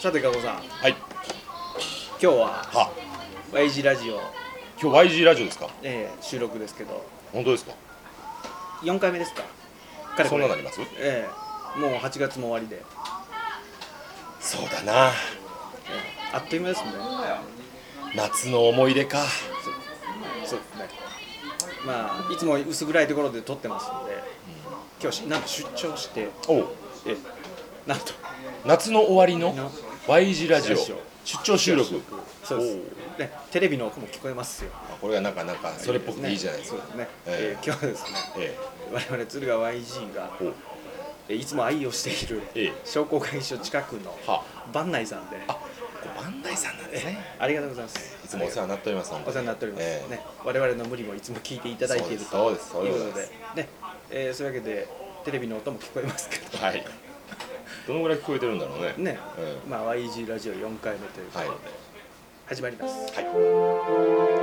さて加護さん今はい。日はは、 Y 字ラジオ、今日 YG ラジオですか。えー収録ですけど本当ですか。 4回目ですかそんななります。ええもう8月も終わりで、そうだな。ええあっという間ですね夏の思い出か。そうですねまあいつも薄暗いところで撮ってますんで今日しなんと出張しておう、ええなんと夏の終わりのの YG ラジオラジオ出張収録。そうですねテレビの音も聞こえますよおうあこれがなんかなんかそれっぽくていいじゃないですか。そうですね、えええ今え日はですねえ我々鶴ヶ YG がえ。おうえいつも愛用しているええ商工会議所近くのは番内さんであ、これバンダイさんなんですね。ありがとうございますいつもお世話になっております。本お当世話になっております、ええね、我々の無理もいつも聞いていただいているとそうですそういですうそうことででございね、えーそういうわけでテレビの音も聞こえますけど、はい。どのぐらい聞こえてるんだろうね。ねええまあ、YG ラジオ4回目ということはで、い。始まりますはい。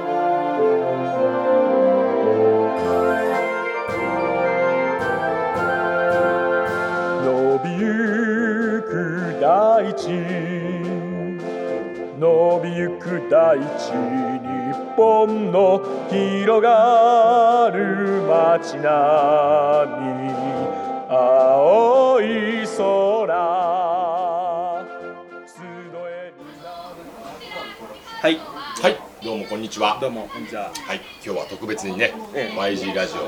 伸びゆく大地伸びゆく大地日本の広がる街並み青い空集えはいはい。どうもこんにちは。どうもこんにちははい。今日は特別にね、ええ YG ラジバ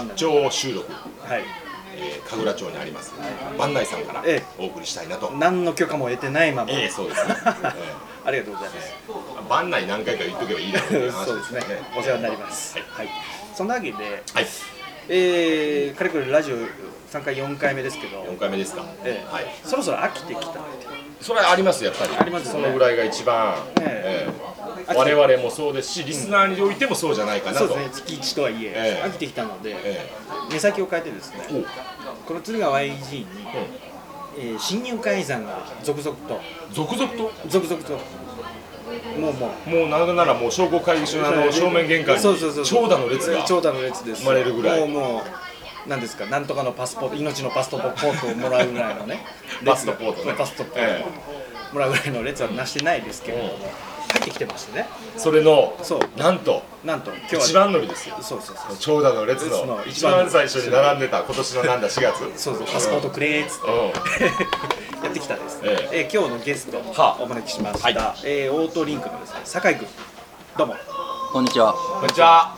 オンダイ出張収録。はいえー、神楽町にあります万内さんからええお送りしたいなと、何の許可も得てないまま、ええそうで すね、ありがとうございます、万内何回か言っとけばいいだろうって話そうですねよお世話になりますはい、はい、そんなわけで、はい、えー、かれこれラジオ3回4回目ですけど、 4回目ですか、ええはいそろそろ飽きてきたってそれはありますやっぱりありますよそねのぐらいが一番、ええええ我々もそうですしリスナーにおいてもそうじゃないかなそうと、ですね月1とはいえ、ええ飽きてきたので、え目先を変えてですえおねうこの鶴ヶ YG に、えー新入会員さんが続々と続々と続々ともうもうもうなんならもう商工会議所のあの正面玄関にそうそうそうそう長蛇の列が長蛇の列です生まれるぐらいもうもうなんですかなんとかのパスポート命のパスポートをもらうぐらいのね パスポートね列がパスポート、えもらうぐらいの列はなしてないですけれども、入ってきてましてねそれのそうなんとなんと今日は一番乗りですよそうそうそう長蛇の列列のの一番最初に並んでた今年のなんだ4月そうそうパスポートくれーっつってうん やってきたです、ねええー今日のゲストをはあお招きしました、はいえーオートリンクのですね酒井君どうもこんにちは、こんにちは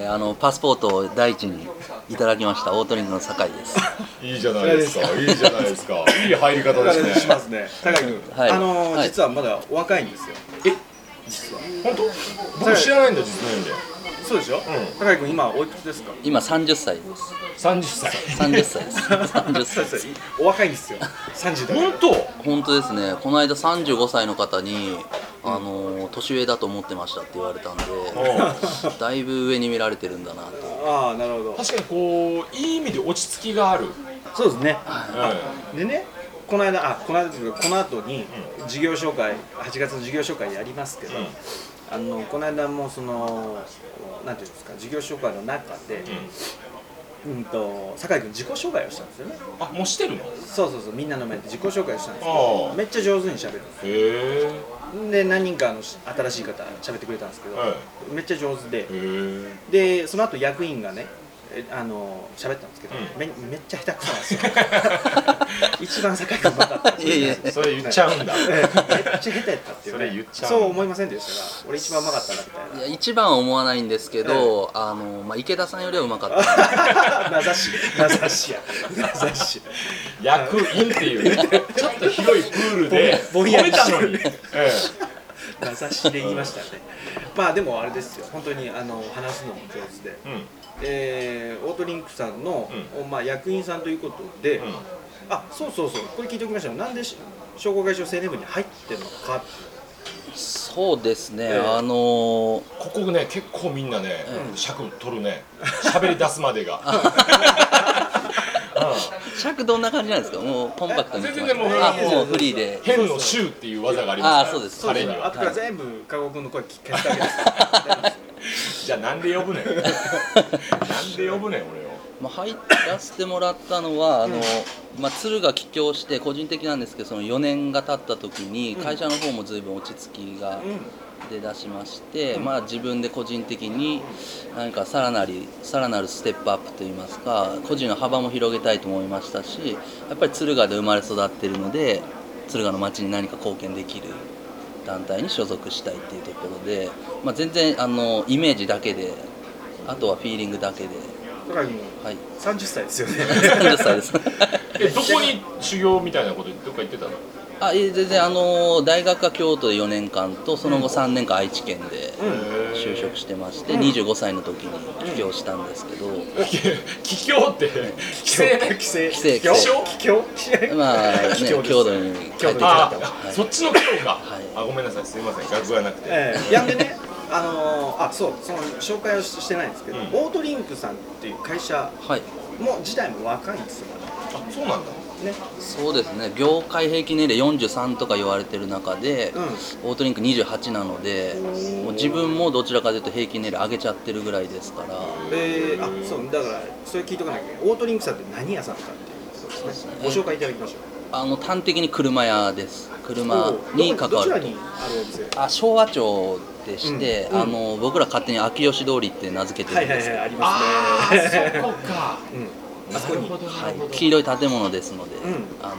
えーあのパスポートを第一にいただきましたオートリングの酒井です。いいじゃないですかいいじゃないですかいい入り方ですねしますね酒井君、はいあのーはい実はまだお若いんですよえ本当僕知らないんだ実の意味でそうでしょ、酒井君今おいくつですか今三十歳です。 30歳 三十歳です。三十歳です。お若いんですよ30代本当本当ですね。この間三十五歳の方にあの年上だと思ってましたって言われたんで、だいぶ上に見られてるんだなと。ああなるほど確かにこういい意味で落ち着きがあるそうですねでねこの間あこの間ですけどこの後に事業紹介8月の事業紹介やりますけど、あのこの間もそのなんていうんですか事業紹介の中で、うん、と酒井君自己紹介をしたんですよねあもうしてるのへそうそうそうみんなの前で自己紹介をしたんですけあどあめっちゃ上手に喋るんですえよで何人かあのし新しい方喋ってくれたんですけど、はいめっちゃ上手でへえでその後役員がねえあの喋ったんですけど、うんめめっちゃ下手くそなんですよ 一番酒井君うまかったんですよいやいやそれ言っちゃうんだええめっちゃ下手やったっていう、ね、それ言っちゃうそう思いませんでしたが俺一番うまかったなみたいいや一番は思わないんですけど、あのまあ池田さんよりはうまかった。な名指し名指しや名指し役員っていうねちょっと広いプールでぼ褒んやりめしたてのるにえ名指しで言いましたねまあでもあれですよ本当にあの話すのも上手で、えうんえーオートリンクさんの、まあ、役員さんということで、んあそうそうそうこれ聞いておきましょうなんでし商工会所青年部に入ってるのかっていうそうですね。えあのここね結構みんなね、尺取るね喋り出すまでが尺どんな感じなんですか。もうコンパクトに来ました。全然もうあもうフリーで。変の衆っていう技がありますからあーそうですそう彼ですにあはとから全部加護君の声聞かせてあげる じゃあなんで呼ぶねんなんで呼ぶねん俺をまあ、入らせてもらったのは、あのまあ、鶴が帰郷して、個人的なんですけど、その4年が経った時に、会社の方も随分落ち着きが出だしまして、まあ、自分で個人的に、何かさらなりさらなるステップアップといいますか、個人の幅も広げたいと思いましたし、やっぱり敦賀で生まれ育ってるので、敦賀の町に何か貢献できる。団体に所属したいっていうところで、まあ、全然あのイメージだけであとはフィーリングだけで高木君はい30歳です よね30歳ですえどこに修行みたいなことどっか行ってたの あいえ全然あの大学は京都で4年間とその後3年間愛知県で就職してまして、25歳の時に起業したんですけど、帰郷って帰省ね帰省帰省帰省帰省まあ ね帰郷です郷土に帰ってきあたと、あはいそっちの帰郷か、はいあごめんなさいすみません学がなくて、ええやんでね、あのーあそうその紹介をししてないんですけど、うんオートリンクさんっていう会社はいも時代も若いんですよあそうなんだね。そうですね業界平均年齢43とか言われてる中で、オートリンク28なのでもう自分もどちらかというと平均年齢上げちゃってるぐらいですからええあそうだからそれ聞いとかなきゃいけないオートリンクさんって何屋さんかっていうそうですねすねご紹介いただきましょう。あの端的に車屋です車おうに関どこどわちらるとにあるお店。あ昭和町でして、うんうんあの僕ら勝手に秋吉通りって名付けてはるいんはですいけはいあど、りあますね。ーそこかうんあそこになるほどなるほど黄色い建物ですので、んあの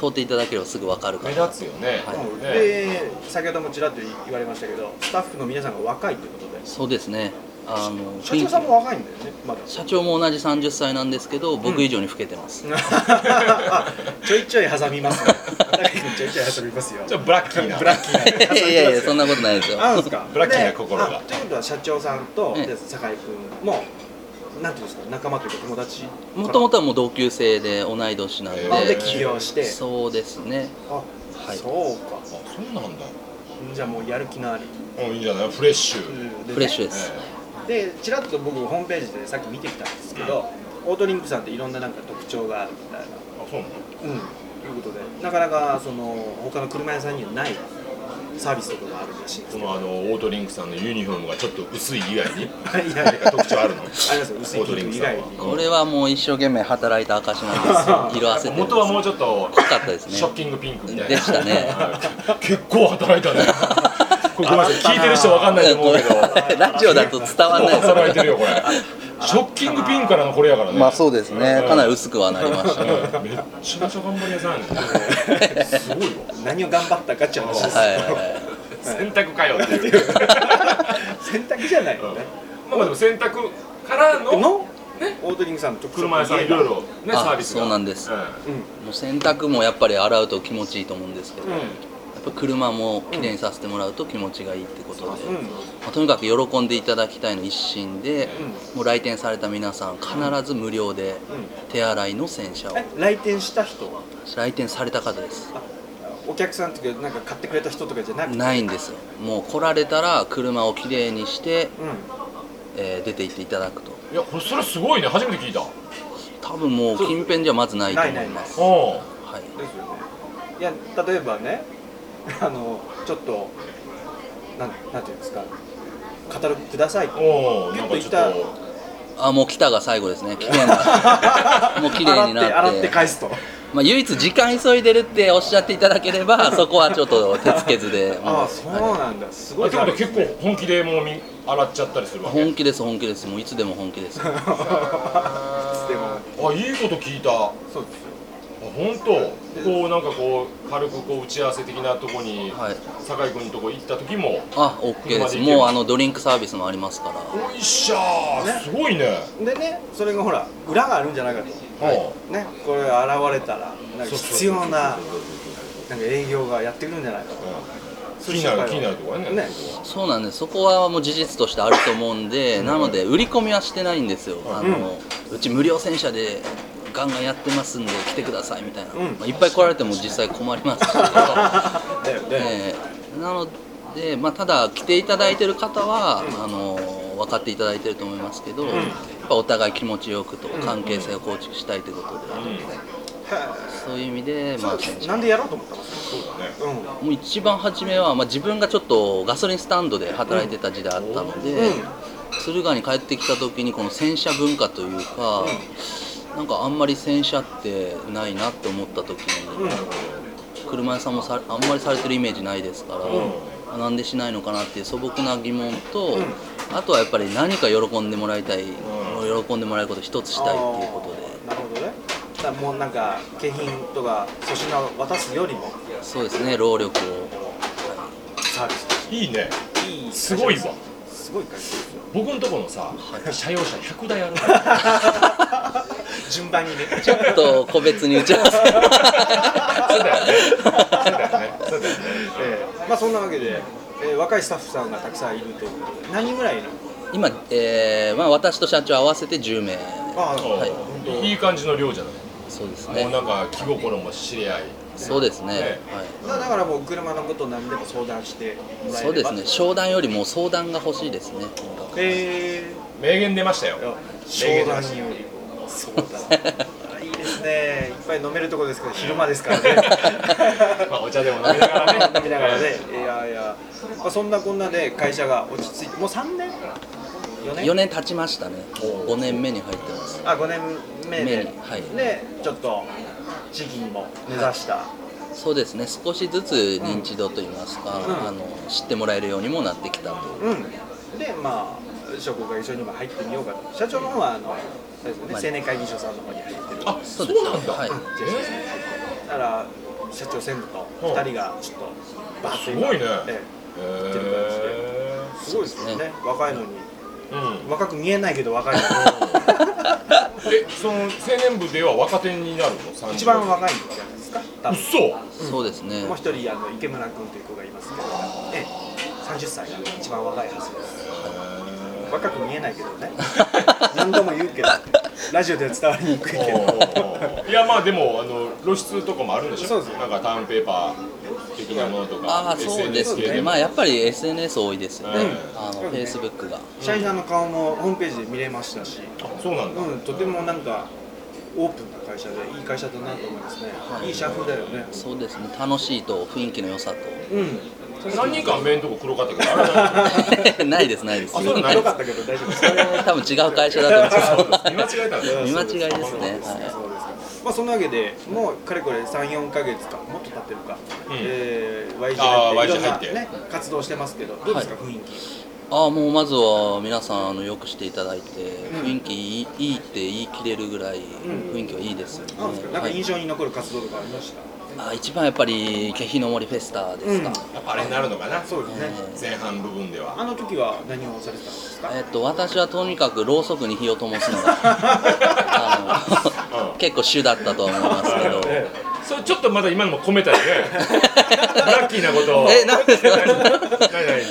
通っていただければすぐ分かるか目ら立つよね、はいこれねで先ほどもちらっと言われましたけどスタッフの皆さんが若いということでそうですねあの社長さんも若いんだよねまだ。社長も同じ30歳なんですけど僕以上に老けてます、あちょいちょい挟みますね。高木君ちょいちょい挟みますよ。じゃあブラッキーなブラッキーなね挟みますよ。 いやいやそんなことないですよあるんですかブラッキーなで心があということは社長さんと、ええで酒井君もなんていうんですか仲間というか友達もともととはもう同級生で同い年なんで、あで起業してそうですねあ、はいそうかあそうなんだじゃあもうやる気のあるうんいいんじゃないフレッシュ、フレッシュです、ュでちらっと僕ホームページでさっき見てきたんですけど、オートリンクさんっていろんななんか特徴があるみたいなあそうなのうんということでなかなかその他の車屋さんにはないサービスとかがあるらしいんですこけどのあのオートリンクさんのユニフォームがちょっと 薄い以外にいやい何かや特徴あるのありますよ薄いオートリン金ク以さん外はにこれはもう一生懸命働いた証なんですよ色あせてるんです元はもうちょっと濃かったですねショッキングピンクみたいなでしたねはい 結構働い たねこれごめんなさい聞いてる人わかんないと思うけどこれラジオだと伝わんないです よ働いてるよこれショッキングピンクからのこれやからねまあそうですねかなり薄くはなりました ねうんめっちゃめちゃ頑張り屋さんや ねすごいわ何を頑張ったかっていう話です、はいはいはい洗濯かよっていう選択じゃないよね、まあまあでも洗濯からのの、オートリングさんの特徴車屋さんいろいろねあサービスがそうなんですうもう洗濯もやっぱり洗うと気持ちいいと思うんですけど、やっぱり車もきれいにさせてもらうと気持ちがいいってことで、うんまあとにかく喜んでいただきたいの一心で、もう来店された皆さん必ず無料で手洗いの洗車を、え来店した人は来店された方ですお客さんとかなんか買ってくれた人とかじゃなくて、ないんですよもう来られたら車をきれいにして、うえー出て行っていただくといやこれそれすごいね初めて聞いたうん多分もう近辺じゃまずないと思いますはいん、ですよねいや例えばね あのちょっとなんなんていうんですかカタログくださいっておおなんかちょっとあもう来たが最後ですね綺 麗なもう綺麗になっ洗ってて洗って返すとまあ、唯一時間急いでるっておっしゃっていただけれ ばそこはちょっと手つけずでもああそうなんだすごあいってことは結構本気でもうみ洗っちゃったりするわけ本気です本気ですもういつでも本気ですはでもあいいこと聞いたあそうですよ本当こうなんかこう軽くこう打ち合わせ的なとこに、い酒井君のとこ行った時もあ車 OK ですで行けるもうあのドリンクサービスもありますからおいっしゃーすごいねでねそれがほら裏があるんじゃないかとうねこれ現れたらなんか必要ななんか営業がやってくるんじゃないかとん気になる気になるとこやねねそうなんですそこはもう事実としてあると思うんで、なので売り込みはしてないんですよ、あのうち無料洗車でガンガンやってますんで来てくださいみたいな、んまあ、いっぱい来られても実際困りますし だよね、えーなので、まあ、ただ来ていただいてる方は、あのー分かっていただいてると思いますけど、やっぱお互い気持ちよくと関係性を構築したいということで、そういう意味で、まあ、なんでやろうと思ったのそうだねうんもう一番初めは、まあ、自分がちょっとガソリンスタンドで働いてた時代あったので、敦賀に帰ってきた時にこの洗車文化というか、なんかあんまり洗車ってないなって思った時に、車屋さんもさあんまりされてるイメージないですから、あなんでしないのかなっていう素朴な疑問と、あとはやっぱり何か喜んでもらいたい、喜んでもらえることを一つしたいっていうことで。あーなるほどねだからもうなんか景品とか粗品を渡すよりもそうですね労力をサービスいいねいい会社ですごいわすごい会社ですよ僕のところのさ車用車100台あるの 順番にねちょっと個別に打ち合わせそうだよねそうだよねそうだよねええまあそんなわけで、ええ若いスタッフさんがたくさんいるということで何人ぐらいいるの今、えーまあ、私と社長合わせて10名ああ、はい本当い、い感じの量じゃない、そうですもうねなんか気心も知り合いそうですね、ねはい、だからもう車のこと何でも相談してもらえればそうですね商談よりも相談が欲しいですねえ名言出ましたよえ名商言出談ましたよりも相談いいですねいっぱい飲めるとこですけど昼間ですからねまあお茶でも 飲みながらね 飲みながらねいやいや、まあ、そんなこんなで会社が落ち着いてもう3年4年4年経ちましたね5年目に入ってますあ5年目で、目にはいでちょっと地域にも目指した、そうですね少しずつ認知度といいますか、うんあの知ってもらえるようにもなってきたとうんでまあ商工会議所にも入ってみようかと社長の方はあのそうですよねはい青年会議所さんの方に入ってるあそそううですなんだ、はいだから社長専務と2人がちょっとバッすごいねええーえすごいですよね若いのにうん、若く見えないけど若いの えその青年部では若手になるの30に一番若いんじゃないですか多分嘘そうですねもう一人あの池村君という子がいますけど、ええ、30歳が一番若いはずです若く見えないけどね何度も言うけどラジオでは伝わりにくいけど いやまあでもあの露出とかもあるんでしょそうですよなんかターンペーパー的なものとあかあそうです SNS 系ねでもまあやっぱり SNS 多いですよね、うんあのフェイスブックが社員さんの顔もホームページで見れましたし、そうなんだ、うん、とてもなんかオープンな会社でいい会社だなと思いますね、い、い社風だよねそうですね楽しいと雰囲気の良さうん何人か目のとこ黒かったけどあれだとないですないですあそうなのよかったけど大丈夫ですか多分違う会社だと思うんです け 見間違えたんだど見間違いですねそうですかまあそんなわけでもうかれこれ34か月かもっと経ってるか、んえー YG あー入っていろ YG んな、入ってね、活動してますけどどうですか、雰囲ああもうまずは皆さんあのよくしていただいて雰囲気いいいいって言い切れるぐらいん雰囲気はいいですよね気なんですか、なんはかい印象に残る活動とかありました、あ一番やっぱりケヒの森フェスタですか、やっぱあれになるのかなそうですね、前半部分ではあの時は何をされてたんですかえっと、私はとにかくろうそくに火を灯すのがあの結構主だったとは思いますけどそれちょっとまだ今のも込めたよ ねラッキーなことをえなんですか何何実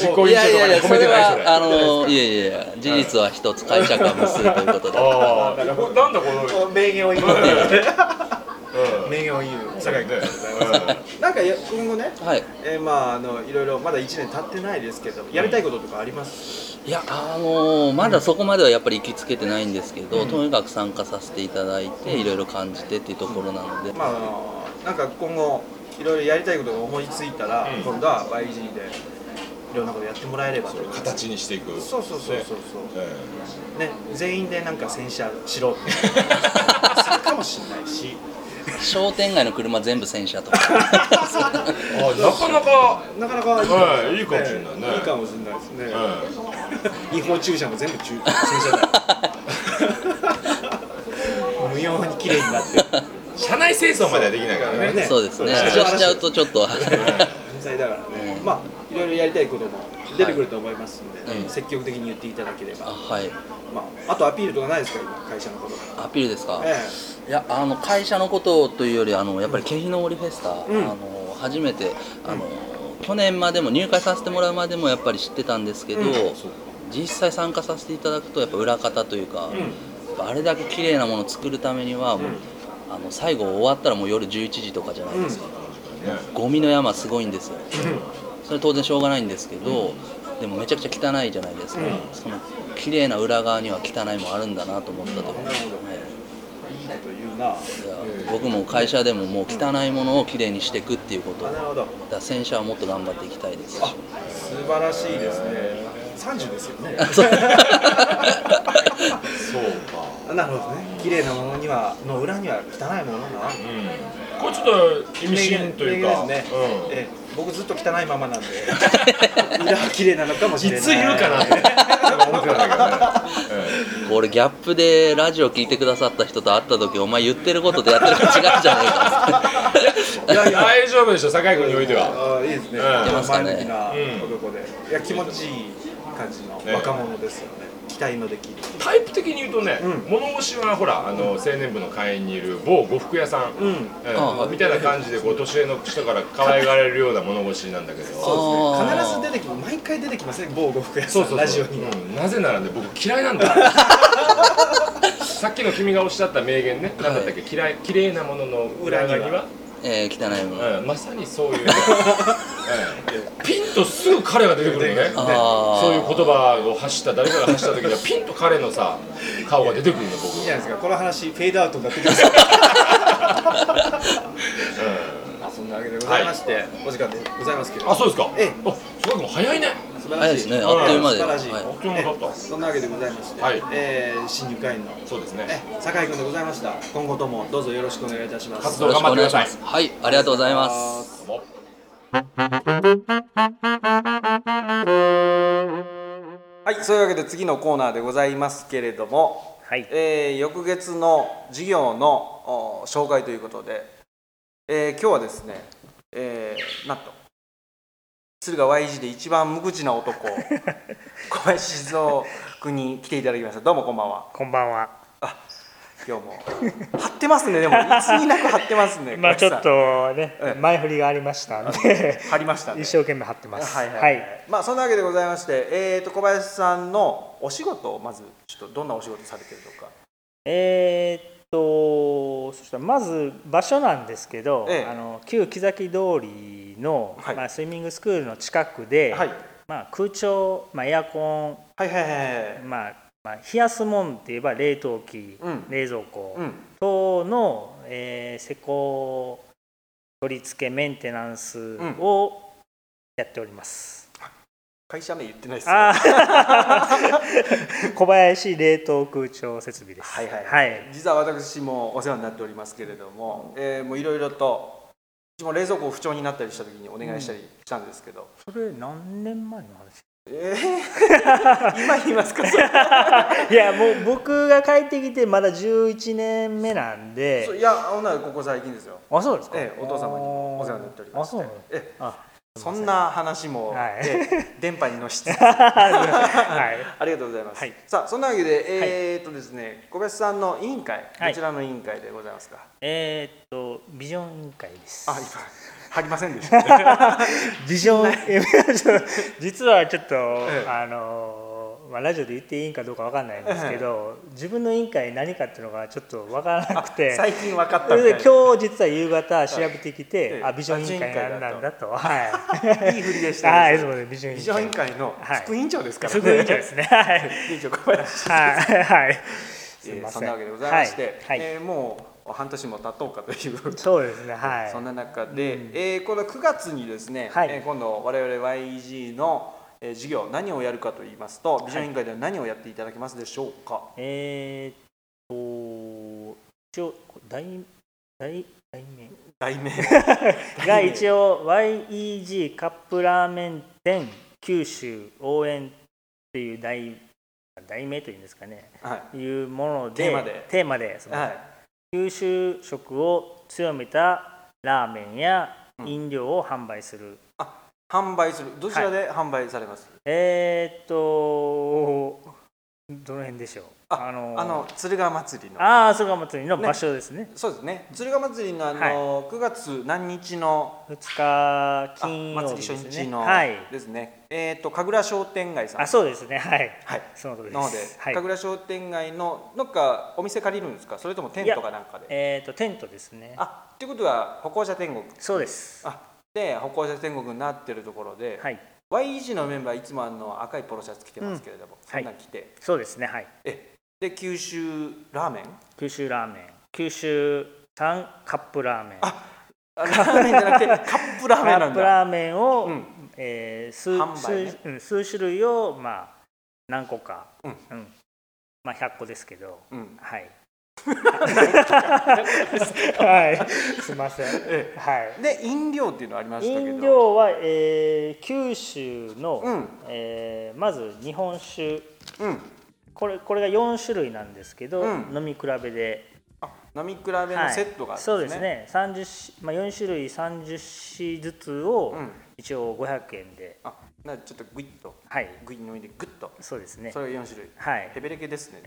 行い委員や長いとかやいにや、込そめてないそれれは、あの、いやいや、事実は一つ、解釈は無数ということで。ああこれなんだこの名言を言ううん 名言を言う酒井君ねなんかや今後ね、はい、えーまああのいろいろまだ1年経ってないですけどやりたいこととかあります、いや、あの、まだそこまではやっぱり行きつけてないんですけど、とにかく参加させていただいて、いろいろ感じてっていうところなので。まああのなんか今後いろいろやりたいことが思いついたら、うん今度は YG でいろんなことやってもらえればと形にしていくそうそうそうそうねえそう、ね、全員でなんか洗車しろって するかもしれないし商店街の車全部洗車とか。えあなかなか なかなかいいはいいいかもしれないねいいかもしれないですね、ええ 違法駐車も全部駐洗車だ 無用に綺麗になってる社内清掃まではできないからねねそうですね。そうそれしちゃうと、ちょっと。人材だからね、うんまあいろいろやりたいことも出てくると思いますんで、はいうん積極的に言っていただければ、 あはい、まあ、あとアピールとかないですか今会社のことが、アピールですか。えいやあの会社のことというよりあのやっぱり景品の森フェスタ、うんあの初めてあの、去年までも入会させてもらうまでもやっぱり知ってたんですけど、うん実際参加させていただくとやっぱ裏方というか、んやっぱあれだけ綺麗なものを作るためにはもう、うんあの最後終わったらもう夜11時とかじゃないですか、ねゴミの山すごいんですよ、それ当然しょうがないんですけど、でもめちゃくちゃ汚いじゃないですか、その綺麗な裏側には汚いもあるんだなと思ったところ、なるほどはいいいこと言うな、いや僕も会社でももう汚いものをきれいにしていくっていうことあだなるかほど ら洗車はもっと頑張っていきたいですし素晴らしいですね30ですよねそう かなるほどね綺麗なものにはの裏には汚いものがあるうんこれちょっと意味深という名言か、ですねうんええ僕ずっと汚いままなんで裏は綺麗なのかもしれないいつ言うかなって思ってたんだけどね、俺ギャップでラジオ聞いてくださった人と会った時お前言ってることとやってること違うじゃねえかいや 大丈夫でしょ酒井君においてはああいいですね、うん出ますかね前向きな男で、いや気持ちいい感じの若者ですよね、期待のできるタイプ的に言うとね、う物腰はほらあの青年部の会員にいる某呉服屋さん、うんええあはいみたいな感じでこう年上の人から可愛がられるような物腰なん だけどあー必ず出てき毎回出てきますね某呉服屋さそんうそうそうラジオにも、うんなぜならね僕嫌いなん だよさっきの君がおっしゃった名言ね何だったっけ嫌い綺麗なものの裏側には、えー、汚いもの、うん、まさにそう いう、うんピンとすぐ彼が出てくるのねあーそういう言葉を発した誰かが発した時 にはピンと彼のさ顔が出てくるの僕いいじゃないですかこの話フェードアウトになってく ださいそんなわけでございまして、お時間でございますけれどあそうですかええあすごくも早いね素晴らしい早いですねあっという間で、素晴らしいあはっという間だったそんなわけでございまして、はいえー新入会員のそうですえね酒井君でございました今後ともどうぞよろしくお願いいたします活い、動よろしくお願いし頑張まってすくはいありがとうございますどうもはい、そういうわけで次のコーナーでございますけれども、はいえー翌月の授業のお紹介ということで、えー今日はですね、えーなんと鶴ヶ Y 字で一番無口な男 小林静雄君に来ていただきましたどうもこんばんはこんばんは。今日も張ってますねでもいつになく張ってますね まあち小林さょんっとねええ、前振りがありましたんで、張りましたね 一生懸命張ってます。はいはい、まあそんなわけでございまして、えー、と小林さんのお仕事をまずちょっとどんなお仕事されてるとかえーっと、そしたらまず場所なんですけど、ええあの旧木崎通りの、はいまあスイミングスクールの近くで、はいまあ空調、まあエアコはいはいはいはいン、まあまあ冷やすもんって言えば冷凍機、うん冷蔵庫うん等の、えー施工取り付けメンテナンスをやっております。会社名言ってないですよあー小林冷凍空調設備です。はいはいはい。実は私もお世話になっておりますけれども、えーもういろいろとうちも冷蔵庫不調になったりした時にお願いしたりしたんですけ ど、それ何年前の話？えー今言いますかそれ いやもう僕が帰ってきてまだ11年目なんでそう。いやほんならここ最近ですよあそうですか。ええお父様にもお世話になっておりましてあそうなの。えあそんな話も、はいえー電波に乗 しつつ はい。ありがとうございます、はいさあそんなわけでえー、っとですね小林さんの委員会はどいちらの委員会でございますか、えーっとビジョン委員会です。あ今入りませんで したビジョン 実はちょっと、ええあのまあ、ラジオで言っていいんかどうかわかんないんですけど、自分の委員会何かっていうのがちょっとわからなくて最近分かったそみれたいでな今日実は夕方調べてきて、ええあビジョン委員会なんあだとはい いい振りでしたねはいそうですビジョン委員非会常委員会の副委員長ですからね、副委員長ですね はい委員長小林はいはい すいえーませんそんなわけでございまして、はいはいえーもう半年も経とうかというそうですねはいそんな中で、えーこの9月にですね、はいえー今度我々 YG のえー授業何をやるかと言いますと、ビジョン委員会では何をやっていただけますでしょうか。えーっと一応題題題名題 名が一応 YEG カップラーメン店九州応援っていう題題名というんですかねはいいうものでテーマでテーマでそのはい九州食を強めたラーメンやうん飲料を販売する、販売するどちらで販売されます。えー、っとどの辺でしょうあのあの鶴ヶ祭りのああそれが祭りの場所ですねそうですね鶴ヶ祭りのあの、9月何日の二日あ金曜祭日でり初す日ねの、はいですねえっ、と神楽商店街さんあそうですねはいはいその通りですなので、はい神楽商店街のどっかお店借りるんですかそれともテントかなんかでえー、とテントですねあっていうことは歩行者天国そうですあで歩行者天国になってるところで、はい YEG のメンバーいつもあの赤いポロシャツ着てますけれども、そんなん着て、そうですねはいえで九州ラーメン 九州ラーメン九州産カップラーメンああラーメンじゃなくてカップラーメン カなッんプだラーメンを、うんえー数販売ね数うん数種類を、まあ、何個か、うんまあ、100個ですけど、うんはい。 はい、すみません。えはい。で飲料っていうのありましたけど飲料は、えー九州の、うんえーまず日本酒うんこれこれが4種類なんですけど、うん飲み比べであ飲み比べのセットがあるんですね、はい、そうですね30、まあ、4種類30種ずつをうん一応500円で、あなちょっとグイッとはいグイ飲んでグッとそうですねそれが四種類はいヘ ベレケですね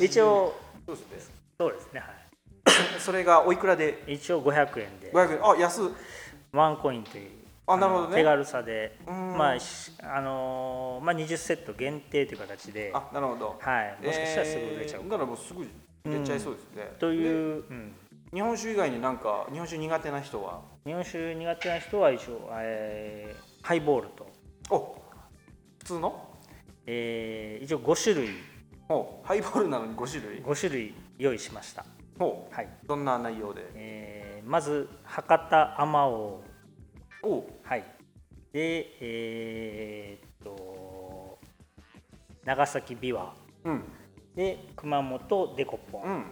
一応そうですねそうですね、はそれがおいくらでい、一応500円で500円あ安っワンコインというあなるほどねあの手軽さで、うんまあしあのーまあ、20セット限定という形で、あなるほどはい、もしかしたらすぐ売れちゃうえーかならもうすぐ売れちゃいそうですね、とでいう、うん、日本酒以外になんか日本酒苦手な人は日本酒苦手な人は一応、えーハイボールと、お普通のえー一応5種類おハイボールなのに5種類5種類用意しました、おはいどんな内容でえーまず博多あまおうおはいでえーっと長崎琵琶うんで熊本デコポン、うん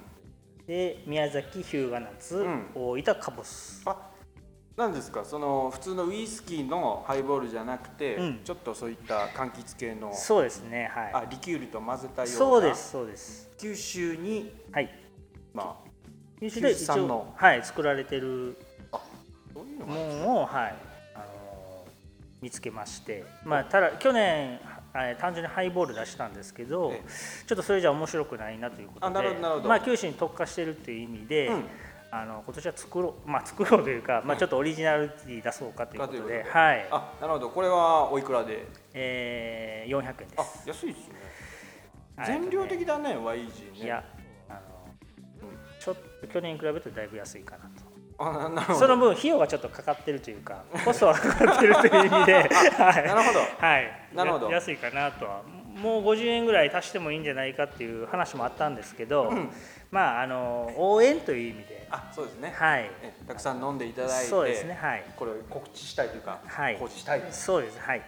で宮崎日向夏、うん大分カボスあなんですかその普通のウイスキーのハイボールじゃなくて、うんちょっとそういった柑橘系のそうですねあはリキュールと混ぜたようないそうですそうです九州にはいまあ九州で九州一産応のはい作られてるそういうのもがんをはいあの見つけましてまあただ去年えー単純にハイボール出したんですけどえちょっとそれじゃ面白くないなということあなるでほどなるほどまあ九州に特化してるっていう意味で、うんあの今年は作ろうまあ作ろうというか、まあ、ちょっとオリジナリティ出そうかというこかとというでことではい、あなるほどこれはおいくらでえー、400円ですあ安いですねはい全量的だね YG ねいや、あの、ちょっと去年に比べるとだいぶ安いかなあななると。ほそどの分費用がちょっとかかってるというか、コストがかかってるという意 味で、はい、なるほどはい、なるほどや安いかなとは。もう50円ぐらい足してもいいんじゃないかっていう話もあったんですけど、まああの応援という意味で、あそうですねはい、えたくさん飲んでいただいてそうですね、はい、これを告知したいというか、はい告知したいですそうです、はい、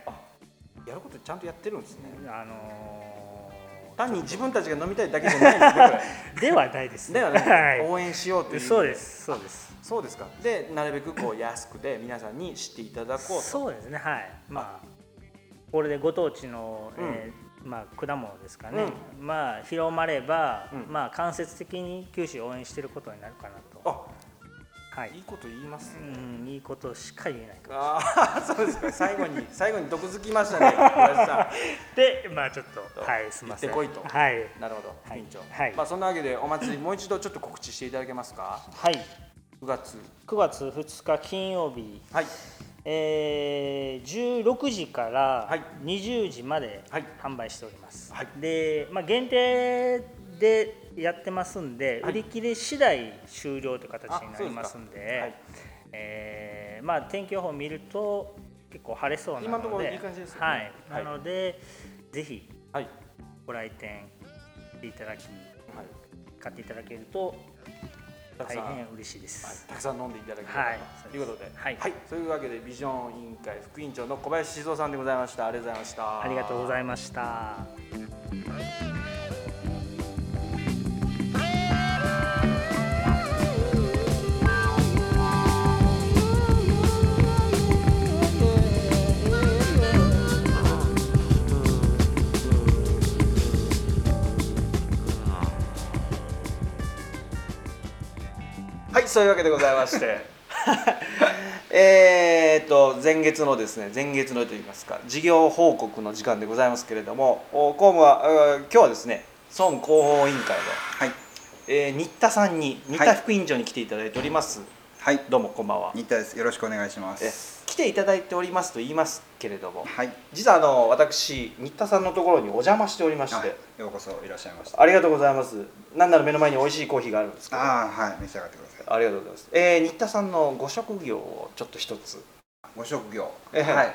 やることちゃんとやってるんですねあの単に自分たちが飲みたいだけじゃないんですねこーではないですれだよね、 は応援しようという意い、味でそうです、そうです。そうですかでなるべくこう安くで皆さんに知っていただこうとそうですねはいまあこれでご当地の、うんえーまあ、果物ですかね、まあ広まれば、うんまあ間接的に九州を応援してることになるかなとあはいいいこと言いますうね、んいいことしか言えないかああ そうですか最後に最後に毒づきましたね小林さでまあちょっとそうはいすいません行ってこいとはいんなるほど、は委い員長、はいまあそんなわけでお祭りもう一度ちょっと告知していただけますかはい9月9月2日金曜日、はいえー、16時からはい20時まではい販売しております、はいで、まあ、限定でやってますんで、はい売り切れ次第終了という形あになりますんでそうですかはいえーまあ、天気予報見ると結構晴れそうなので今のところいい感じですよねはい、はいなのでぜひはいご来店していただはいき買っていただけるとたく大さん、変嬉しいです、はいたくさん飲んでいただければ、はいということで、はいというわけでビジョン委員会副委員長の小林静雄さんでございましたありがとうございましたありがとうございました。はい、そういうわけでございま して。えーと前月のですね前月のといいますか事業報告の時間でございますけれどもお公務はうー今日はですね村広報委員会の、はい、えー新田さんに新は田い副委員長に来ていただいております、はい、どうもこんばんは新田です。よろしくお願いしまえす。来ていただいておりますと言いますけれどもはい、実はあの私新田さんのところにお邪魔しておりましあてようこそいらっしゃいました。ありがとうございますなんなら目の前に美味しいコーヒーがあるんですけどああ、はい、召し上がってください。ありがとうございます。えー、新田さんのご職業をちょっと一つ。ご職業、ええはい、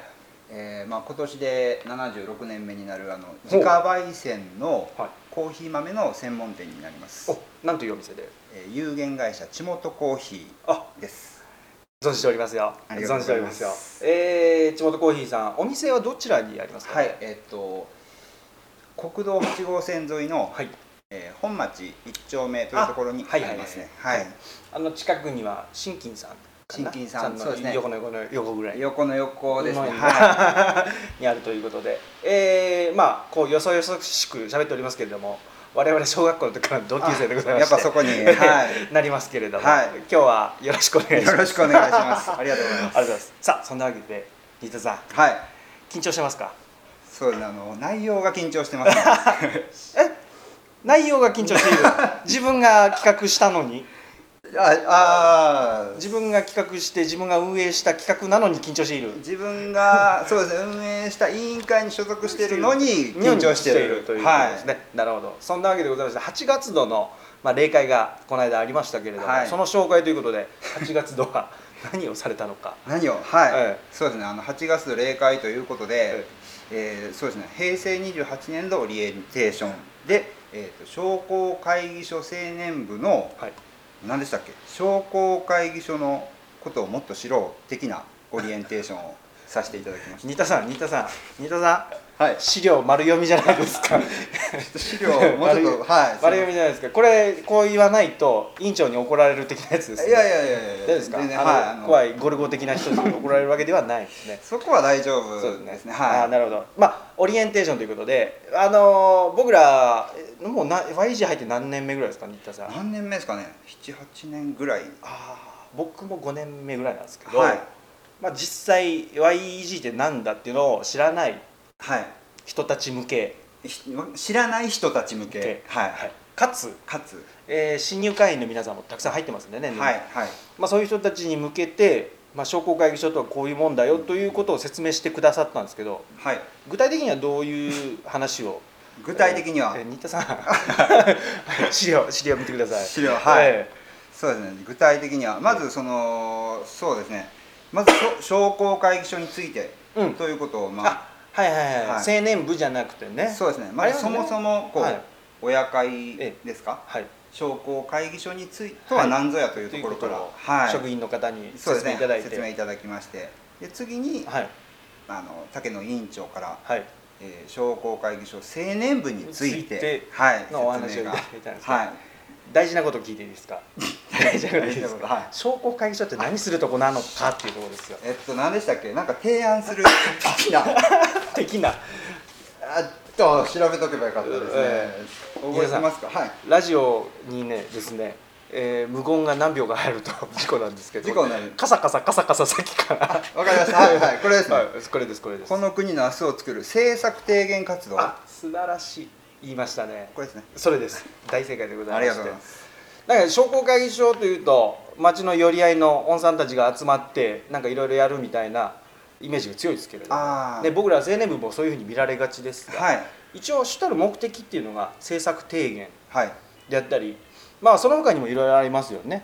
えー、まあ今年で76年目になるあの自家焙煎のはいコーヒー豆の専門店になります。お、なんというお店で。えー有限会社ちもとコーヒあ、ーです。存じておりますよありがとう存ごじてざおいりまますすよえー、地元コーヒーさんお店はどちらにありますかはい、えっと国道8号線沿いの、はいえー本町1丁目というところにああはいりはいはいますね。はい、あの近くには新金さんかな新金さんのそうですね横の横の横ぐらい横の横ですね。うまいはにあるという ことで、えー、まあこうよそよそしく喋っておりますけれども我々小学校の時からの同級生でございましてあやっぱそこにはい なりますけれども、はい今日はよろしく お願いい、しますよろしくお願いします。ありがとうございます。ありがとうございますさあそんなわけで新田さんはい、緊張してますかそうですね。あの内容が緊張してます、ね。 内容が緊張 している自分が企画したのにああー自分が企画して自分が運営した企画なのに緊張している自分がそうですね運営した委員会に所属しているのに緊張しているということはですいね、なるほどそんなわけでございまして8月度の、まあ、例会がこの間ありましたけれども、はいその紹介ということで8月度は 何をされたのか何をはい、ええそうですねあの8月の例会ということで、えーそうですね平成28年度オリエンテーションで、えー、と商工会議所青年部のはい何でしたっけ商工会議所のことをもっと知ろう的なオリエンテーションをさせていただきまし 新田さん新田さん新田さたはんい資料丸読みじゃないですか資料をもうち ょっとはい丸読みじゃないですかこれこう言わないと委員長に怒られる的なやつです、ね、いやいやいやいや大丈夫ですか、全然あのはいあの怖いゴルゴ的な人に怒られるわけではないですねそこは大丈そうです夫ね。ですねあーはなるほど。まあオリエンテーションということで、あのー僕らえもうな YG 入って何年目ぐらいですか、新田さん。いあ何年目ですかね78年ぐらいあー、僕も5年目ぐらいなんですけど、はいまあ実際 YG ってなんだっていうのを知らないはい人たち向け、ひ知らない人たち向け、はいはいかつ、かつ、えー新入会員の皆さんもたくさん入ってますんでね。年々はいはいまあそういう人たちに向けて、まあ商工会議所とはこういうもんだよということを説明してくださったんですけど、はい具体的にはどういう話を。具体的にはえー新田さん 資料資料見てください資料はいえそうですね具体的にはまずそのそうですねまず商商工会議所についてうんということをーまああはいはいはい、はい青年部じゃなくてねそうですねまあれずはねそもそもこうはい親会えですかはい商工会議所については何ぞやというところからということをはい職員の方にそう説です明ねいただいて、説明いただきましてで次にはいあの竹野委員長からはいえー商工会議所青年部についてについてはい、のお話を説いた明がだいたんですけどはい、大事なこと聞いていいです か大事なこといいですか、はい商工会議所って何するとこなのかっていうところですよえっと何でしたっけなんか提 案する的な的なあっと調べとけばよかったですね、え覚えてますかはいラジオにねですね、えー無言が何秒が入ると 事故なんですけど事故になるカサカサカサカサさっきからわかりましたはいはいこれですね、はいこれですこれですこの国の明日を作る政策提言活動こあ素晴らしい言いましたねれですねそれです大正解でございますありがとうございますだから商工会議所というと町の寄り合いの御さんたちが集まってなんかいろいろやるみたいなイメージが強いですけれどあもーで僕ら青年部もそういうふうに見られがちですが、はい一応主たる目的っていうのが政策提言はいであったりまあその他にもいろいろありますよね。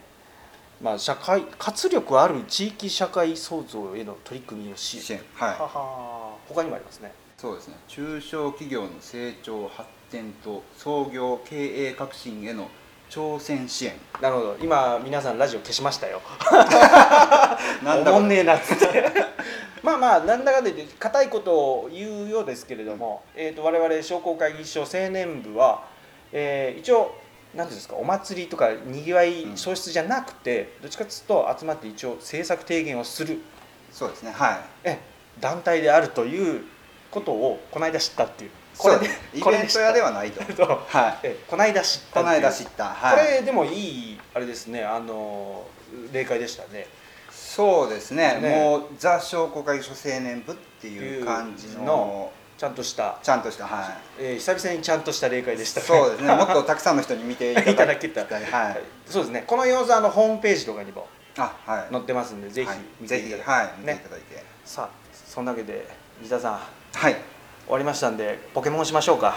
まあ、社会活力ある地域社会創造への取り組みを支援支援はいはは他にもありますねそうですね中小企業の成長発展と創業経営革新への挑戦支援なるほど今皆さんラジオ消しましたよなおんだこれもんねえなっつって まあまあなんだかんだ言って固いことを言うようですけれども、えー、と我々商工会議所青年部は、えー一応なんていうんですかお祭りとかにぎわいうん創出じゃなくて、どっちかっつうと集まって一応政策提言をするそうですねはいえ団体であるということをこの間知ったっていうここれれでねイベント屋でははないと は、はいえこの間知ったこのっていう間知ったこはいれでもいいあれですねあの例会でしたねそうですねねもうザ商工会議所青年部っていう感じのちゃんとしたちゃんとしたはえー、久々にちゃんとした例会でいしたそうで すねもっとたくさんの人に見ていただいただけたはいはいそうですねこの様子はあのホームページとかにもあはい載ってますんでぜひはい見ぜていひただきはい見ていねただいてさあそんなわけで西田さんはい終わりましたんでポケモンしましょうか